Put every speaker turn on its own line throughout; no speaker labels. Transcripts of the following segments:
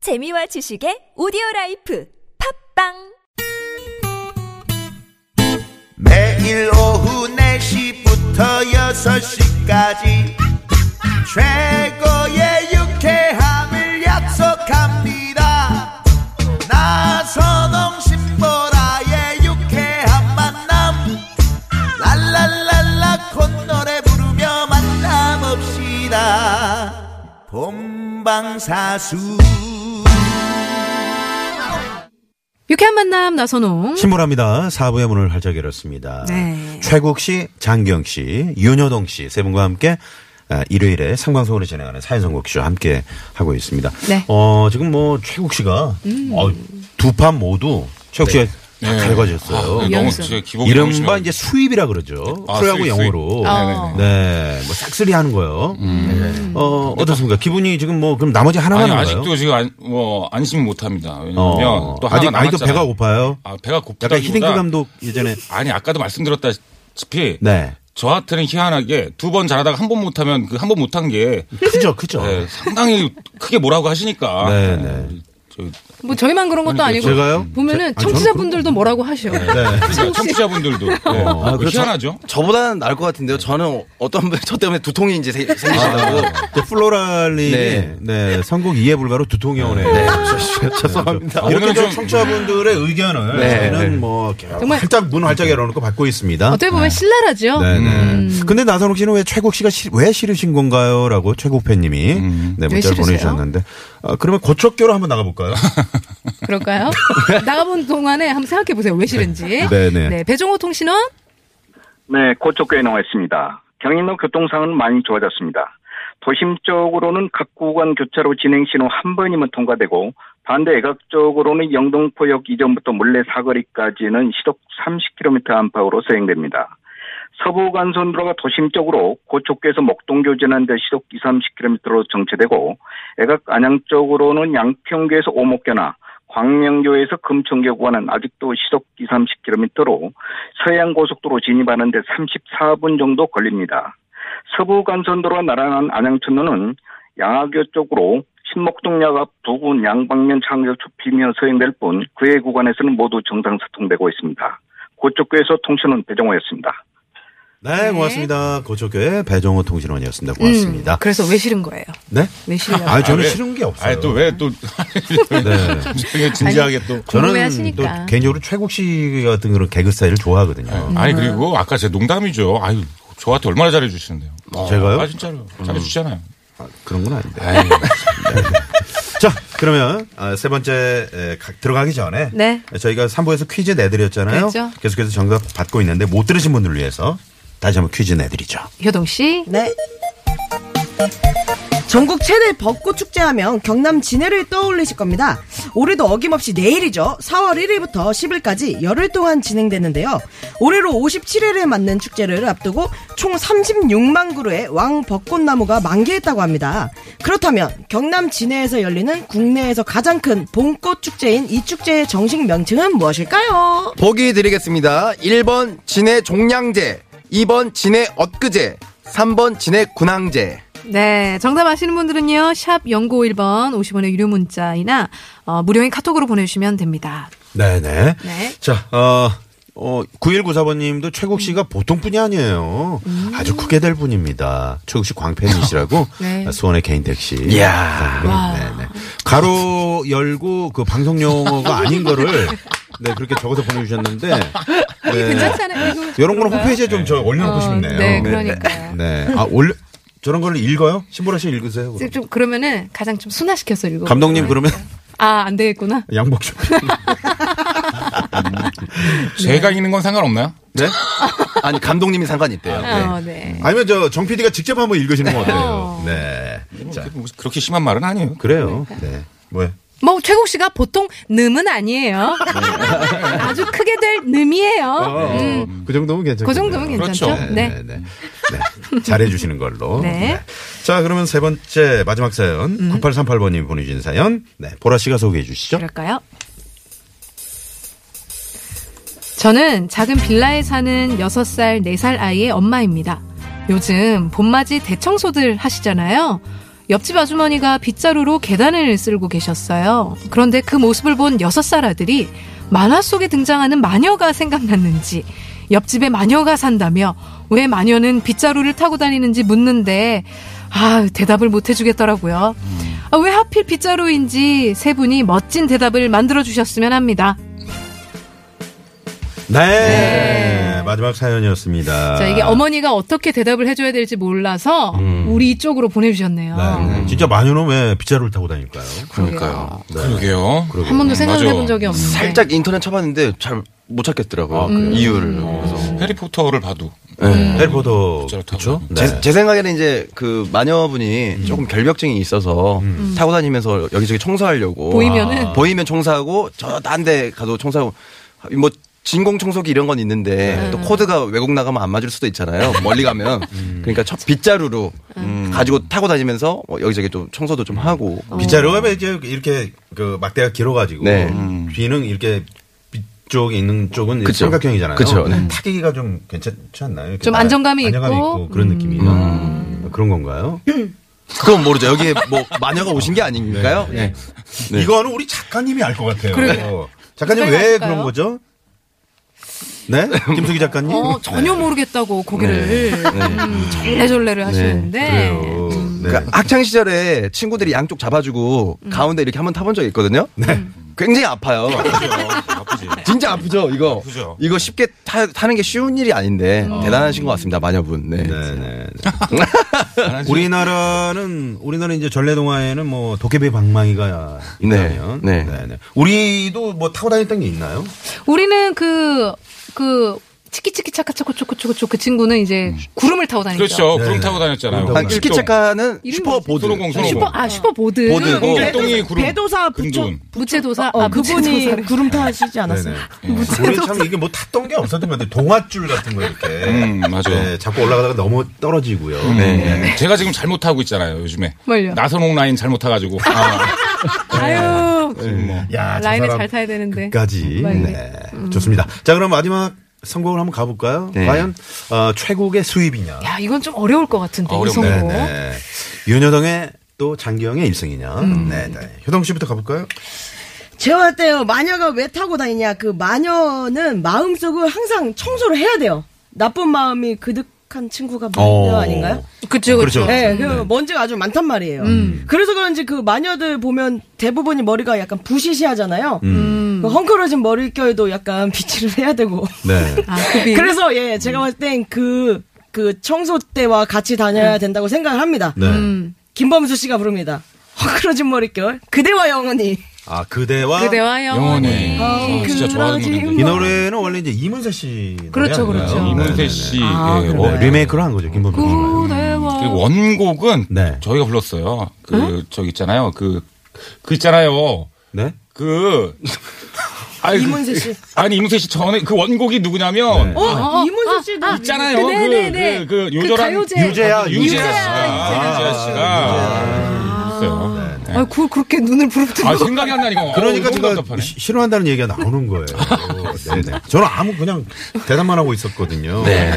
재미와 지식의 오디오 라이프 팝빵
매일 오후 4시부터 6시까지 최고의 유쾌함을 약속합니다 나선홍 신보라의 유쾌한 만남 랄랄랄라 콧노래 부르며 만남없시다 본방사수
유쾌한 만남 나선홍.
신보라입니다. 사부의 문을 활짝 열었습니다.
네.
최국 씨, 장경 씨, 윤여동 씨 세 분과 함께 아, 일요일에 생방송으로 진행하는 사연선곡 쇼 함께 하고 있습니다.
네.
어, 지금 뭐 최국 씨가
음.
어, 두 판 모두 최국 씨가 다 갈궈졌어요.
네. 아, 너무 진짜 기복이 너무
이른바
심해가지고.
이제 수입이라 그러죠.
아,
프로야구
수입,
영어로.
수입. 네네네.
네, 뭐 싹쓸이 하는 거요. 네. 어, 어떻습니까? 기분이 지금 뭐 그럼 나머지 하나만
음. 아니
남아요?
아직도 지금 안, 뭐 안심 못합니다. 왜냐면
어,
또 하나
아직 아직도
남았잖아요.
배가 고파요.
아 배가
약간
고프다기보다
히딩크 감독 예전에
아니 아까도 말씀드렸다시피
네.
저한테는 희한하게 두 번 잘하다가 한 번 못하면 그 한 번 못한 게
크죠, 크죠.
네, 상당히 크게 뭐라고 하시니까
네, 네.
저
뭐 저희만 그런 것도 아니고
제가요?
보면은
제- 아니,
청취자분들분들도 뭐라고 하셔.
네.
그러니까 청취자분들도 네.
어,
아,
그렇죠.
그래서
희한하죠.
저, 보다는 나을 것 같은데요. 저는 어떤 분, 저 때문에 두통이 이제 생- 생기신다고.
네, 플로랄리 네.
네.
선곡 이해 불가로 두통형을 해요.
네, 죄- 죄- 죄송합니다.
아,
이렇게
오늘은
좀
좀-
청취자분들의 의견을
네.
저희는 뭐
정말-
활짝 문 활짝 열어놓고 받고 있습니다.
어떻게 보면 신랄하죠.
네, 네.
음.
근데 나선욱 씨는 왜 최국 씨가 시- 왜 싫으신 건가요? 라고 최국 팬님이
음.
네, 문자를
싫으세요?
보내주셨는데. 아, 그러면 고척교로 한번 나가볼까요?
그럴까요? 나가본 동안에 한번 생각해 보세요. 왜 싫은지.
네, 네.
배종호 통신원.
네, 고척교에 나와 있습니다. 경인로 교통상황은 많이 좋아졌습니다. 도심 쪽으로는 각 구간 교차로 진행 신호 한 번이면 통과되고 반대 애각 쪽으로는 영동포역 이전부터 물레 사거리까지는 시속 30km 안팎으로 수행됩니다. 서부 간선도로가 도심 쪽으로 고척교에서 목동교 지난데 시속 2, 30km로 정체되고 애각 안양 쪽으로는 양평교에서 오목교나 광명교에서 금천교 구간은 아직도 시속 2, 30km로 서해안고속도로 진입하는데 34분 정도 걸립니다. 서부 간선도로와 나란한 안양천로는 양화교 쪽으로 신목동역 앞 부근 양방면 창격 좁히며 서행될 뿐 그의 구간에서는 모두 정상 소통되고 있습니다. 고쪽교에서 통신은 배정호였습니다.
네, 고맙습니다. 고척교의 배정호 통신원이었습니다. 고맙습니다.
음, 그래서 왜 싫은 거예요?
네?
왜 싫냐고.
아, 저는
왜-
싫은 게 없어요.
아니 또왜또
네.
진지하게 또
저는 또
궁금해하시니까.
개인적으로 최국 씨 같은 그런 개그 스타일을 좋아하거든요.
음. 아니 그리고 아까 제 농담이죠. 아유 저한테 얼마나 잘해 주시는데요.
제가요? 음.
아 진짜로 잘해 주시잖아요.
아, 그런 건 아닌데.
아유,
자, 그러면 아, 세 번째 에, 가- 들어가기 전에
네.
저희가 3부에서 퀴즈 내드렸잖아요.
그렇죠.
계속해서 정답 받고 있는데 못 들으신 분들을 위해서 다시 한번 퀴즈 내드리죠.
효동 씨.
네. 전국 최대 벚꽃 축제하면 경남 진해를 떠올리실 겁니다. 올해도 어김없이 내일이죠. 4월 1일부터 10일까지 열흘 동안 진행되는데요. 올해로 57회를 맞는 축제를 앞두고 총 36만 그루의 왕 벚꽃나무가 만개했다고 합니다. 그렇다면 경남 진해에서 열리는 국내에서 가장 큰 봄꽃 축제인 이 축제의 정식 명칭은 무엇일까요?
보기 드리겠습니다. 1번 진해 종량제, 2번 진해 엇그제, 3번 진해 군항제.
네. 정답 아시는 분들은요. 샵 0951번 50원의 유료 문자이나 어, 무료인 카톡으로 보내주시면 됩니다.
네네.
네.
자, 어, 어, 9194번님도 최국 씨가 보통 분이 아니에요.
음.
아주 크게 될 분입니다. 최국 씨 광팬이시라고
네.
수원의 개인 택시.
이야.
네네. 가로 열고 그 방송 용어가 아닌 거를 네 그렇게 적어서 보내주셨는데 네.
괜찮지 않아요? 이거
이런 거는 홈페이지에 좀 저 올려놓고
어,
싶네요.
네, 그러니까요.
네. 아 올려 저런 거를 읽어요? 신보라 씨 읽으세요. 그럼.
지금 좀 그러면은 가장 좀 순화시켜서 읽어.
감독님 그러면
아, 안 되겠구나.
양복 좀. 네.
제가 읽는 건 상관없나요?
네? 아니, 감독님이 상관이 있대요.
어, 네.
아니면 저 정 PD가 직접 한번 읽으시는 거 어때요? 네. 자
뭐 그렇게 심한 말은 아니에요.
그래요. 네. 뭐야?
뭐 최국 씨가 보통 늠은 아니에요. 아주 크게 될 늠이에요.
어, 그 정도면 괜찮죠.
그 정도면 괜찮죠.
그렇죠.
네.
네. 네. 네. 잘해주시는 걸로.
네. 음.
자, 그러면 세 번째 마지막 사연. 9838번님이 보내주신 사연. 네. 보라 씨가 소개해 주시죠.
그럴까요? 저는 작은 빌라에 사는 네 6살, 4살 아이의 엄마입니다. 요즘 봄맞이 대청소들 하시잖아요. 옆집 아주머니가 빗자루로 계단을 쓸고 계셨어요. 그런데 그 모습을 본 여섯 살 아들이 만화 속에 등장하는 마녀가 생각났는지 옆집에 마녀가 산다며 왜 마녀는 빗자루를 타고 다니는지 묻는데 아 대답을 못 해주겠더라고요. 아, 왜 하필 빗자루인지 세 분이 멋진 대답을 만들어 주셨으면 합니다.
네. 마지막 사연이었습니다.
자 이게 어머니가 어떻게 대답을 해줘야 될지 몰라서 우리 이쪽으로 보내주셨네요.
네, 네. 진짜 마녀는 왜 빗자루를 타고 다닐까요?
그러니까요.
그러게요.
그러고.
한 번도 생각해 본
맞아.
적이 없는데
살짝 인터넷 쳐봤는데 잘 못 찾겠더라고요.
아,
이유를.
어.
네. 그래서.
해리포터를 봐도
해리포터.
빗자루 타고
그쵸?
다니는
네.
제, 제 생각에는 이제 그 마녀분이 조금 결벽증이 있어서 타고 다니면서 여기저기 청소하려고 아.
보이면은?
보이면 청소하고 저 딴 데 가도 청소하고 뭐 진공 청소기 이런 건 있는데 또 코드가 외국 나가면 안 맞을 수도 있잖아요 멀리 가면 그러니까 첫 빗자루로 음, 가지고 타고 다니면서 뭐 여기저기 좀 청소도 좀 하고
빗자루가 왜 이제 이렇게 그 막대가 길어가지고
어.
음.
네.
귀는 이렇게 빗 쪽에 있는 쪽은 이제
그쵸.
삼각형이잖아요. 음.
그쵸, 네.
타기가 좀 괜찮지 않나요? 이렇게
좀
나-
안정감이
안정감이
있고.
있고, 그런 느낌이 음. 그런 건가요?
그건 모르죠 여기에 뭐 마녀가 오신 게 아닌가요? 네. 네.
이거는 우리 작가님이 알 것 같아요.
그래요.
작가님 왜
설명할까요?
그런 거죠? 네, 김숙희 작가님. 네.
어, 전혀 모르겠다고 고개를 음, 절레절레를 하시는데
그래요. 네.
그러니까 학창 시절에 친구들이 양쪽 잡아주고 가운데 이렇게 한번 타본 적이 있거든요. 굉장히 아파요.
아프지. 그렇죠.
진짜 아프죠 이거.
아프죠.
이거 쉽게 타, 는게 쉬운 일이 아닌데 대단하신 것 같습니다 마녀분. 네.
네, 네, 네. 우리나라는 우리나라 이제 전래동화에는 뭐 도깨비 방망이가 있다면,
네, 네.
우리도 뭐 타고 다녔던 게 있나요?
우리는 그, 그, 치키치키 차카차코초코초코초 그 친구는 이제 구름을 타고 다니죠.
그렇죠.
네.
구름 타고 다녔잖아요.
구름
아, 키키체카는
이름이
슈퍼보드.
소롱공
아,
소롱공.
슈퍼, 아, 슈퍼보드.
보드. 어.
홍길동이 구름.
배도사 부처
근본.
무채도사.
어,
아,
그분이
무채도사를.
구름 타시지 않았어요?
네네. 우리 참 이게 뭐 탔던 게 없었던 것 같아요. 동아줄 같은 거 이렇게.
음, 맞아.
네, 자꾸 올라가다가 너무 떨어지고요.
음.
네. 제가 지금 잘못하고 있잖아요, 요즘에.
뭘요?
나선홍 라인 잘못타가지고.
아유,
야, 저
라인을
사람
잘 타야 되는데. 음.
끝까지.
빨리.
네. 좋습니다. 자, 그럼 마지막 선곡을 한번 가볼까요?
네.
과연 어, 최고의 수입이냐?
야, 뭐? 이건 좀 어려울 것 같은데, 이
어렵네.
네,
선곡.
네. 윤여동의 또 장기영의 일생이냐?
음.
네, 네. 효동 씨부터 가볼까요?
제가 때요 마녀가 왜 타고 다니냐 그 마녀는 마음속을 항상 청소를 해야 돼요 나쁜 마음이 그득한 친구가 마녀
어.
아닌가요?
그쵸, 그쵸.
그렇죠. 음.
네, 그 먼지가 아주 많단 말이에요. 그래서 그런지 그 마녀들 보면 대부분이 머리가 약간 부시시하잖아요.
음.
그 헝클어진 머릿결도 약간 비치를 해야 되고.
네.
아, 그비.
그래서 예, 제가 봤을 땐그 그 청소 때와 같이 다녀야 된다고 생각을 합니다.
네.
김범수 씨가 부릅니다. 헝클어진 머릿결 그대와 영원히.
아, 그대와 음.
그대와 영원히. 어,
영원히. 아, 진짜 좋아하는
그러지
노래인데.
이 노래는 원래 이제 이문세 씨. 노래
그렇죠,
아닌가요?
그렇죠.
이문세
네,
씨.
아,
예,
그래요?
네, 네. 어, 리메이크를 한 거죠, 김범수 씨가.
그대와.
그리고 원곡은
네.
저희가 불렀어요. 그, 저기 있잖아요. 그, 그 있잖아요.
네.
그. 아니, 그-
이문세 씨.
아니, 이문세 씨 전에 그 원곡이 누구냐면.
어, 이문세 씨도
있잖아요. 그,
네네네.
그, 그 요절한.
가요제.
유재하,
유재하
유재하.
씨가. 아, 유재하 씨가. 있어요. 네.
아, 그, 그렇게 눈을 부릅뜨고.
아, 생각이 안 나니까.
그러니까
제가.
제가 시- 싫어한다는 얘기가 나오는 거예요. 네네. 저는 아무 그냥 대답만 하고 있었거든요. 네.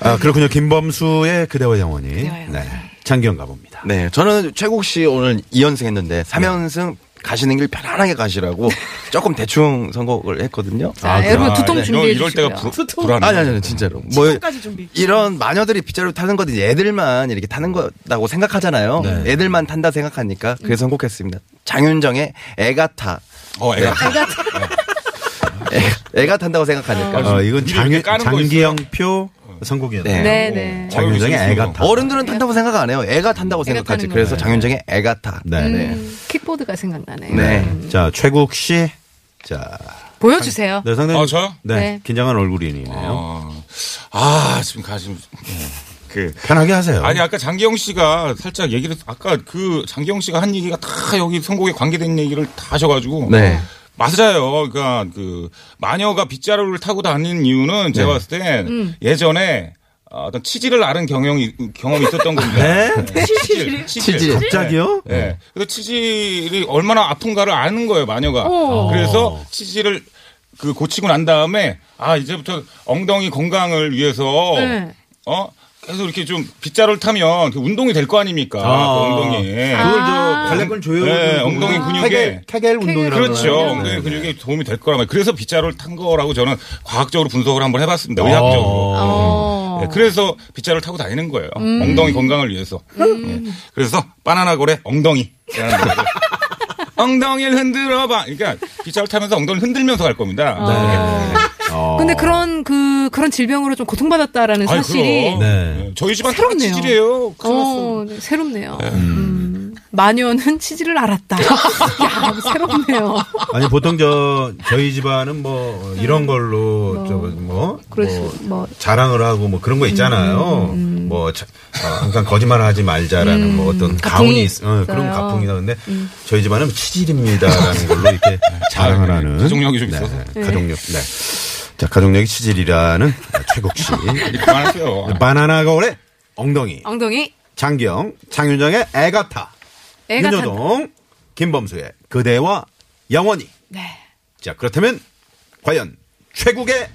아 그렇군요. 김범수의 그대와 영원히. 네. 장기영 가봅니다.
네. 저는 최국 씨 오늘 2연승 했는데 3연승 가시는 길 편안하게 가시라고 조금 대충 선곡을 했거든요. 아,
자, 아, 여러분 뭐 두통 준비해
아, 네. 이럴
주시고요.
때가 불, 불안해.
아니 아니 아니 진짜로 뭐
끝까지 준비.
이런 마녀들이 빗자루 타는 거든 애들만 이렇게 타는 거라고 생각하잖아요 애들만 탄다 생각하니까 그래서 선곡했습니다 장윤정의 애가 타
어, 애가.
애, 애가 탄다고 생각하니까
어, 이건
아, 이렇게
장,
까는 거
장기영표 선곡이었네요.
네.
네,
어.
네.
장윤정의
뭐.
애가 타.
어른들은 탄다고 네. 생각 안 해요 애가 탄다고
애가
생각하지
타는
그래서 장윤정의 애가 타
네. 음.
음, 킥보드가 생각나네요.
네.
자 최국 씨. 자,
보여주세요.
네, 상당히
아, 저요?
네,
네.
긴장한 얼굴이네요.
어. 아, 지금 가슴. 예. 그.
편하게 하세요.
아니 아까 장기영 씨가 살짝 얘기를 아까 그 장기영 씨가 한 얘기가 다 여기 선곡에 관계된 얘기를 다 하셔가지고
네.
맞아요. 그러니까 그 마녀가 빗자루를 타고 다니는 이유는 제가 봤을 때 예전에 어떤 치질을 앓은 경영이 경험이 있었던 겁니다.
네?
치질,
치질.
갑자기요?
예. 그래서 치질이 얼마나 아픈가를 아는 거예요, 마녀가.
어.
그래서 치질을 그 고치고 난 다음에 아, 이제부터 엉덩이 건강을 위해서
네.
어? 계속 이렇게 좀 빗자루를 타면 그 운동이 될 거 아닙니까?
아.
그 엉덩이에.
그걸 저 발레권 조여
아. 네, 엉덩이 근육에.
케겔 운동이라고
그렇죠.
하나요?
엉덩이
네, 네.
근육에 도움이 될 거란 말이에요. 그래서 빗자루를 탄 거라고 저는 과학적으로 분석을 한번 해봤습니다. 의학적으로.
어.
네, 그래서 빗자루를 타고 다니는 거예요.
음.
엉덩이 건강을 위해서. 예. 그래서 바나나 고래 엉덩이. 엉덩이를 흔들어봐. 그러니까 빗자루 타면서 엉덩이를 흔들면서 갈 겁니다. 네.
네,
어.
근데 그런 그 그런 질병으로 좀 고통받았다라는
아이,
사실이
그럼.
네.
저희 집안 다
새롭네요.
치질이에요. 큰일 났어.
어, 네, 새롭네요. 음. 마녀는 치즈를 알았다. 야, 뭐 새롭네요.
어. 아니 보통 저 저희 집안은 뭐
네.
이런 걸로 저뭐
그래서 뭐
자랑을 하고 뭐 그런 거 있잖아요.
음,
뭐 자- 어, 항상 거짓말 하지 말자라는 뭐 어떤 가훈이 있, 어, 그런
있어요.
가풍이다. 근데
음.
저희 집안은 치질입니다라는 걸로
네.
이렇게 자랑을 하는
아, 그 가족력이 좀 있어서.
네, 가족력. 네. 자 가족력이 치질이라는 최국 씨.
이제 그만하세요.
네, 바나나 거울의 엉덩이
엉덩이
장기영 장윤정의 애가타
애가 탄.
윤여동 김범수의 그대와 영원히.
네.
자, 그렇다면 과연 최국의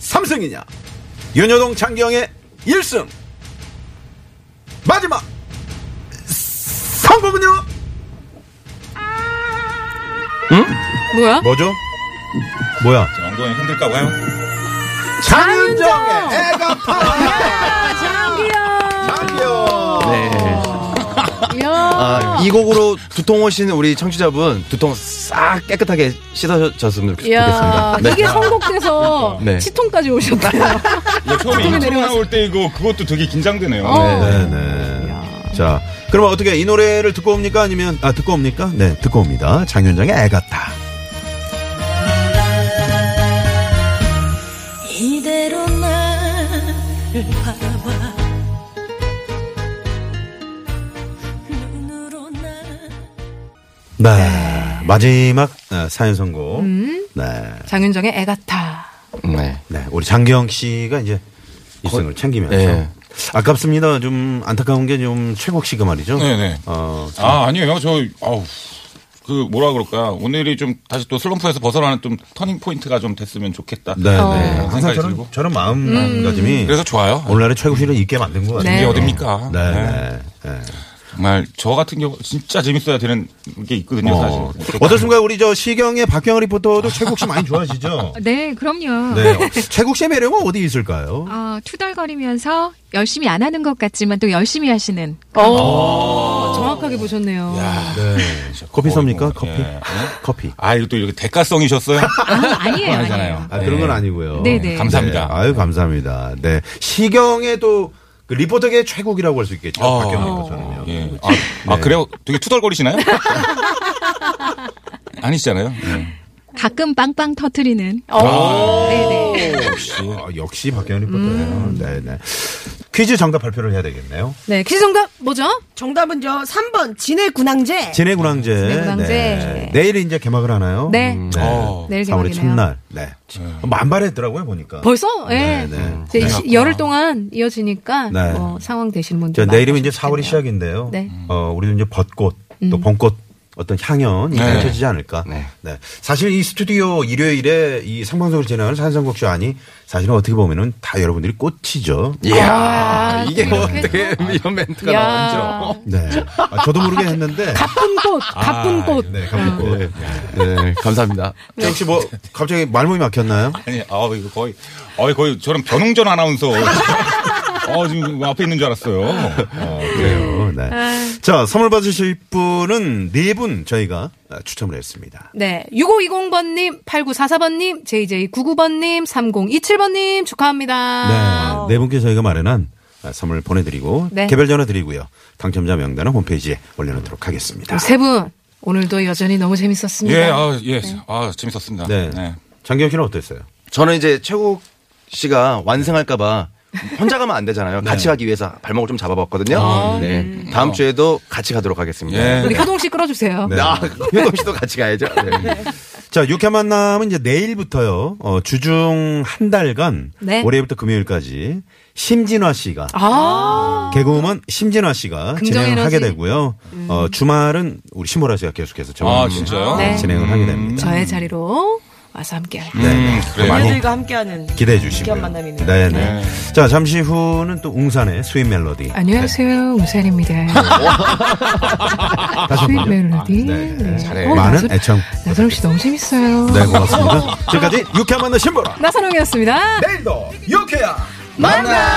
3승이냐? 윤여동 창경의 1승. 마지막 성공은요?
뭐야?
뭐죠? 뭐야?
자, 엉덩이 흔들까 봐요.
장윤정의 애가파
아, 장기야.
장기영.
네.
야.
아, 이 곡으로 두통 오신 우리 청취자분 두통 싹 깨끗하게 씻어졌으면 좋-
야,
좋겠습니다. 네.
이게 선곡돼서
네.
치통까지 오셨대요.
이거 네, 처음에
가족이
인트로
내려와서.
나올 때 이거 그것도 되게 긴장되네요.
어.
네네. 자, 그럼 어떻게 이 노래를 듣고 옵니까? 아니면, 아, 듣고 옵니까? 네, 듣고 옵니다. 장윤정의 애가타.
이대로 나를 바라봐 눈으로 나
네. 마지막 어, 사연 선곡. 네.
장윤정의 애가타.
네.
네, 우리 장기영 씨가 이제 일승을 챙기면서
네.
아깝습니다. 좀 안타까운 게 좀 최국 씨가 말이죠.
네네.
어,
아, 아니에요. 저, 아우. 그, 뭐라 그럴까. 오늘이 좀 다시 또 슬럼프에서 벗어나는 좀 터닝 포인트가 좀 됐으면 좋겠다.
네, 네.
어.
항상
생각이
저런
들고.
저런 마음 마음가짐이
그래서 좋아요.
오늘날의 최국 씨를 잊게 만든 거 같아요.
네. 이게
어딥니까?
네,
네.
네. 네.
정말 저 같은 경우 진짜 재밌어야 되는 게 있거든요,
어.
사실.
어떻습니까? 우리 저 시경의 박경아 리포터도 최국 씨 많이 좋아하시죠?
네, 그럼요.
네. 어, 최국 씨의 매력은 어디 있을까요?
어, 투덜거리면서 열심히 안 하는 것 같지만 또 열심히 하시는.
어, 정확하게 보셨네요.
네. 커피 섭니까? 커피.
예.
커피.
아, 이거 또 이렇게 대가성이셨어요?
아, 아니에요.
아니잖아요.
아니에요.
아, 그런 건 아니고요.
네, 네.
감사합니다.
네, 아유 감사합니다. 네 시경의 또 그 리포터계 최고기라고 할 수 있겠죠.
어.
박경아 리포터는요. 네.
예. 아, 아, 그래요? 되게 투덜거리시나요? 아니시잖아요. 예.
가끔 빵빵 터트리는. 어.
아,
네. 역시 아, 역시 박경아 리포터예요.
음.
네네. 퀴즈 정답 발표를 해야 되겠네요.
네, 퀴즈 정답 뭐죠?
정답은 저 3번 진해 군항제.
진해군항제. 네.
진해군항제.
내일 이제 개막을 하나요?
네.
어.
내일
4월의
개막이네요.
첫날. 네. 만발했더라고요 보니까.
벌써? 예.
네. 네.
음.
이제 시- 열흘 동안 이어지니까
네.
뭐 상황 되시는
저
분들
내일이면
많이
이제 4월이
하실 텐데요.
시작인데요.
네. 음.
어, 우리도 이제 벚꽃, 또 봄꽃 어떤 향연이
네.
펼쳐지지 않을까. 네.
네.
사실 이 스튜디오 일요일에 이 생방송을 진행하는 산성곡 쇼안이 사실은 어떻게 보면은 다 여러분들이 꽃이죠.
예.
이야,
아,
이게
그렇게
어떻게 이런 멘트가
야.
나오는지.
네. 아, 저도 모르게 했는데.
가쁜 꽃, 가쁜 꽃.
네, 가뿐꽃.
네, 감사합니다.
네. 혹시 뭐 갑자기 말문이 막혔나요?
아니, 아 이거 거의, 어, 거의 저런 변웅전 아나운서. 어, 지금 앞에 있는 줄 알았어요. 어, 그래요.
그래요. 네.
아.
자, 선물 받으실 분은 네 분 저희가 추첨을 했습니다.
네. 6520번님, 8944번님, JJ99번님, 3027번님 축하합니다.
네, 네 분께 저희가 마련한 아, 선물 보내드리고
네.
개별 전화 드리고요. 당첨자 명단은 홈페이지에 올려놓도록 하겠습니다.
세 분, 오늘도 여전히 너무 재밌었습니다.
예,
어,
아, 예. 아, 재밌었습니다.
네,
네.
장기영 씨는 어땠어요?
저는 이제 최국 씨가 완승할까봐 혼자 가면 안 되잖아요. 같이 가기 위해서 발목을 좀 네. 잡아봤거든요. 네. 다음 주에도 같이 가도록 하겠습니다.
예.
우리 효동 씨 끌어주세요.
네.
아, 효동 씨도 같이 가야죠. 네.
자, 육회 만남은 이제 내일부터요. 어, 주중 한 달간
네.
월요일부터 금요일까지 심진화 씨가
아,
개그우먼 심진화 씨가
긍정
진행을
에너지.
하게
음.
되고요. 어, 주말은 우리 심보라 씨가 계속해서
아,
정원
진짜요?
네.
음. 진행을 하게 됩니다.
저의 자리로 와서 함께 할
음, 그래요.
많이
이들과 함께하는
기대해 주시고요.
귀한 만남이네요.
네네. 자 잠시 후는 또 웅산의 스윗 멜로디.
안녕하세요, 우산입니다. 스윗
다시 네. 한번요.
멜로디.
네, 네.
잘해요.
많은 애청.
나선홍 씨 너무 재밌어요.
네 고맙습니다. 지금까지 유쾌한 만남 신보라.
나선홍이었습니다.
내일도 유쾌한
만나!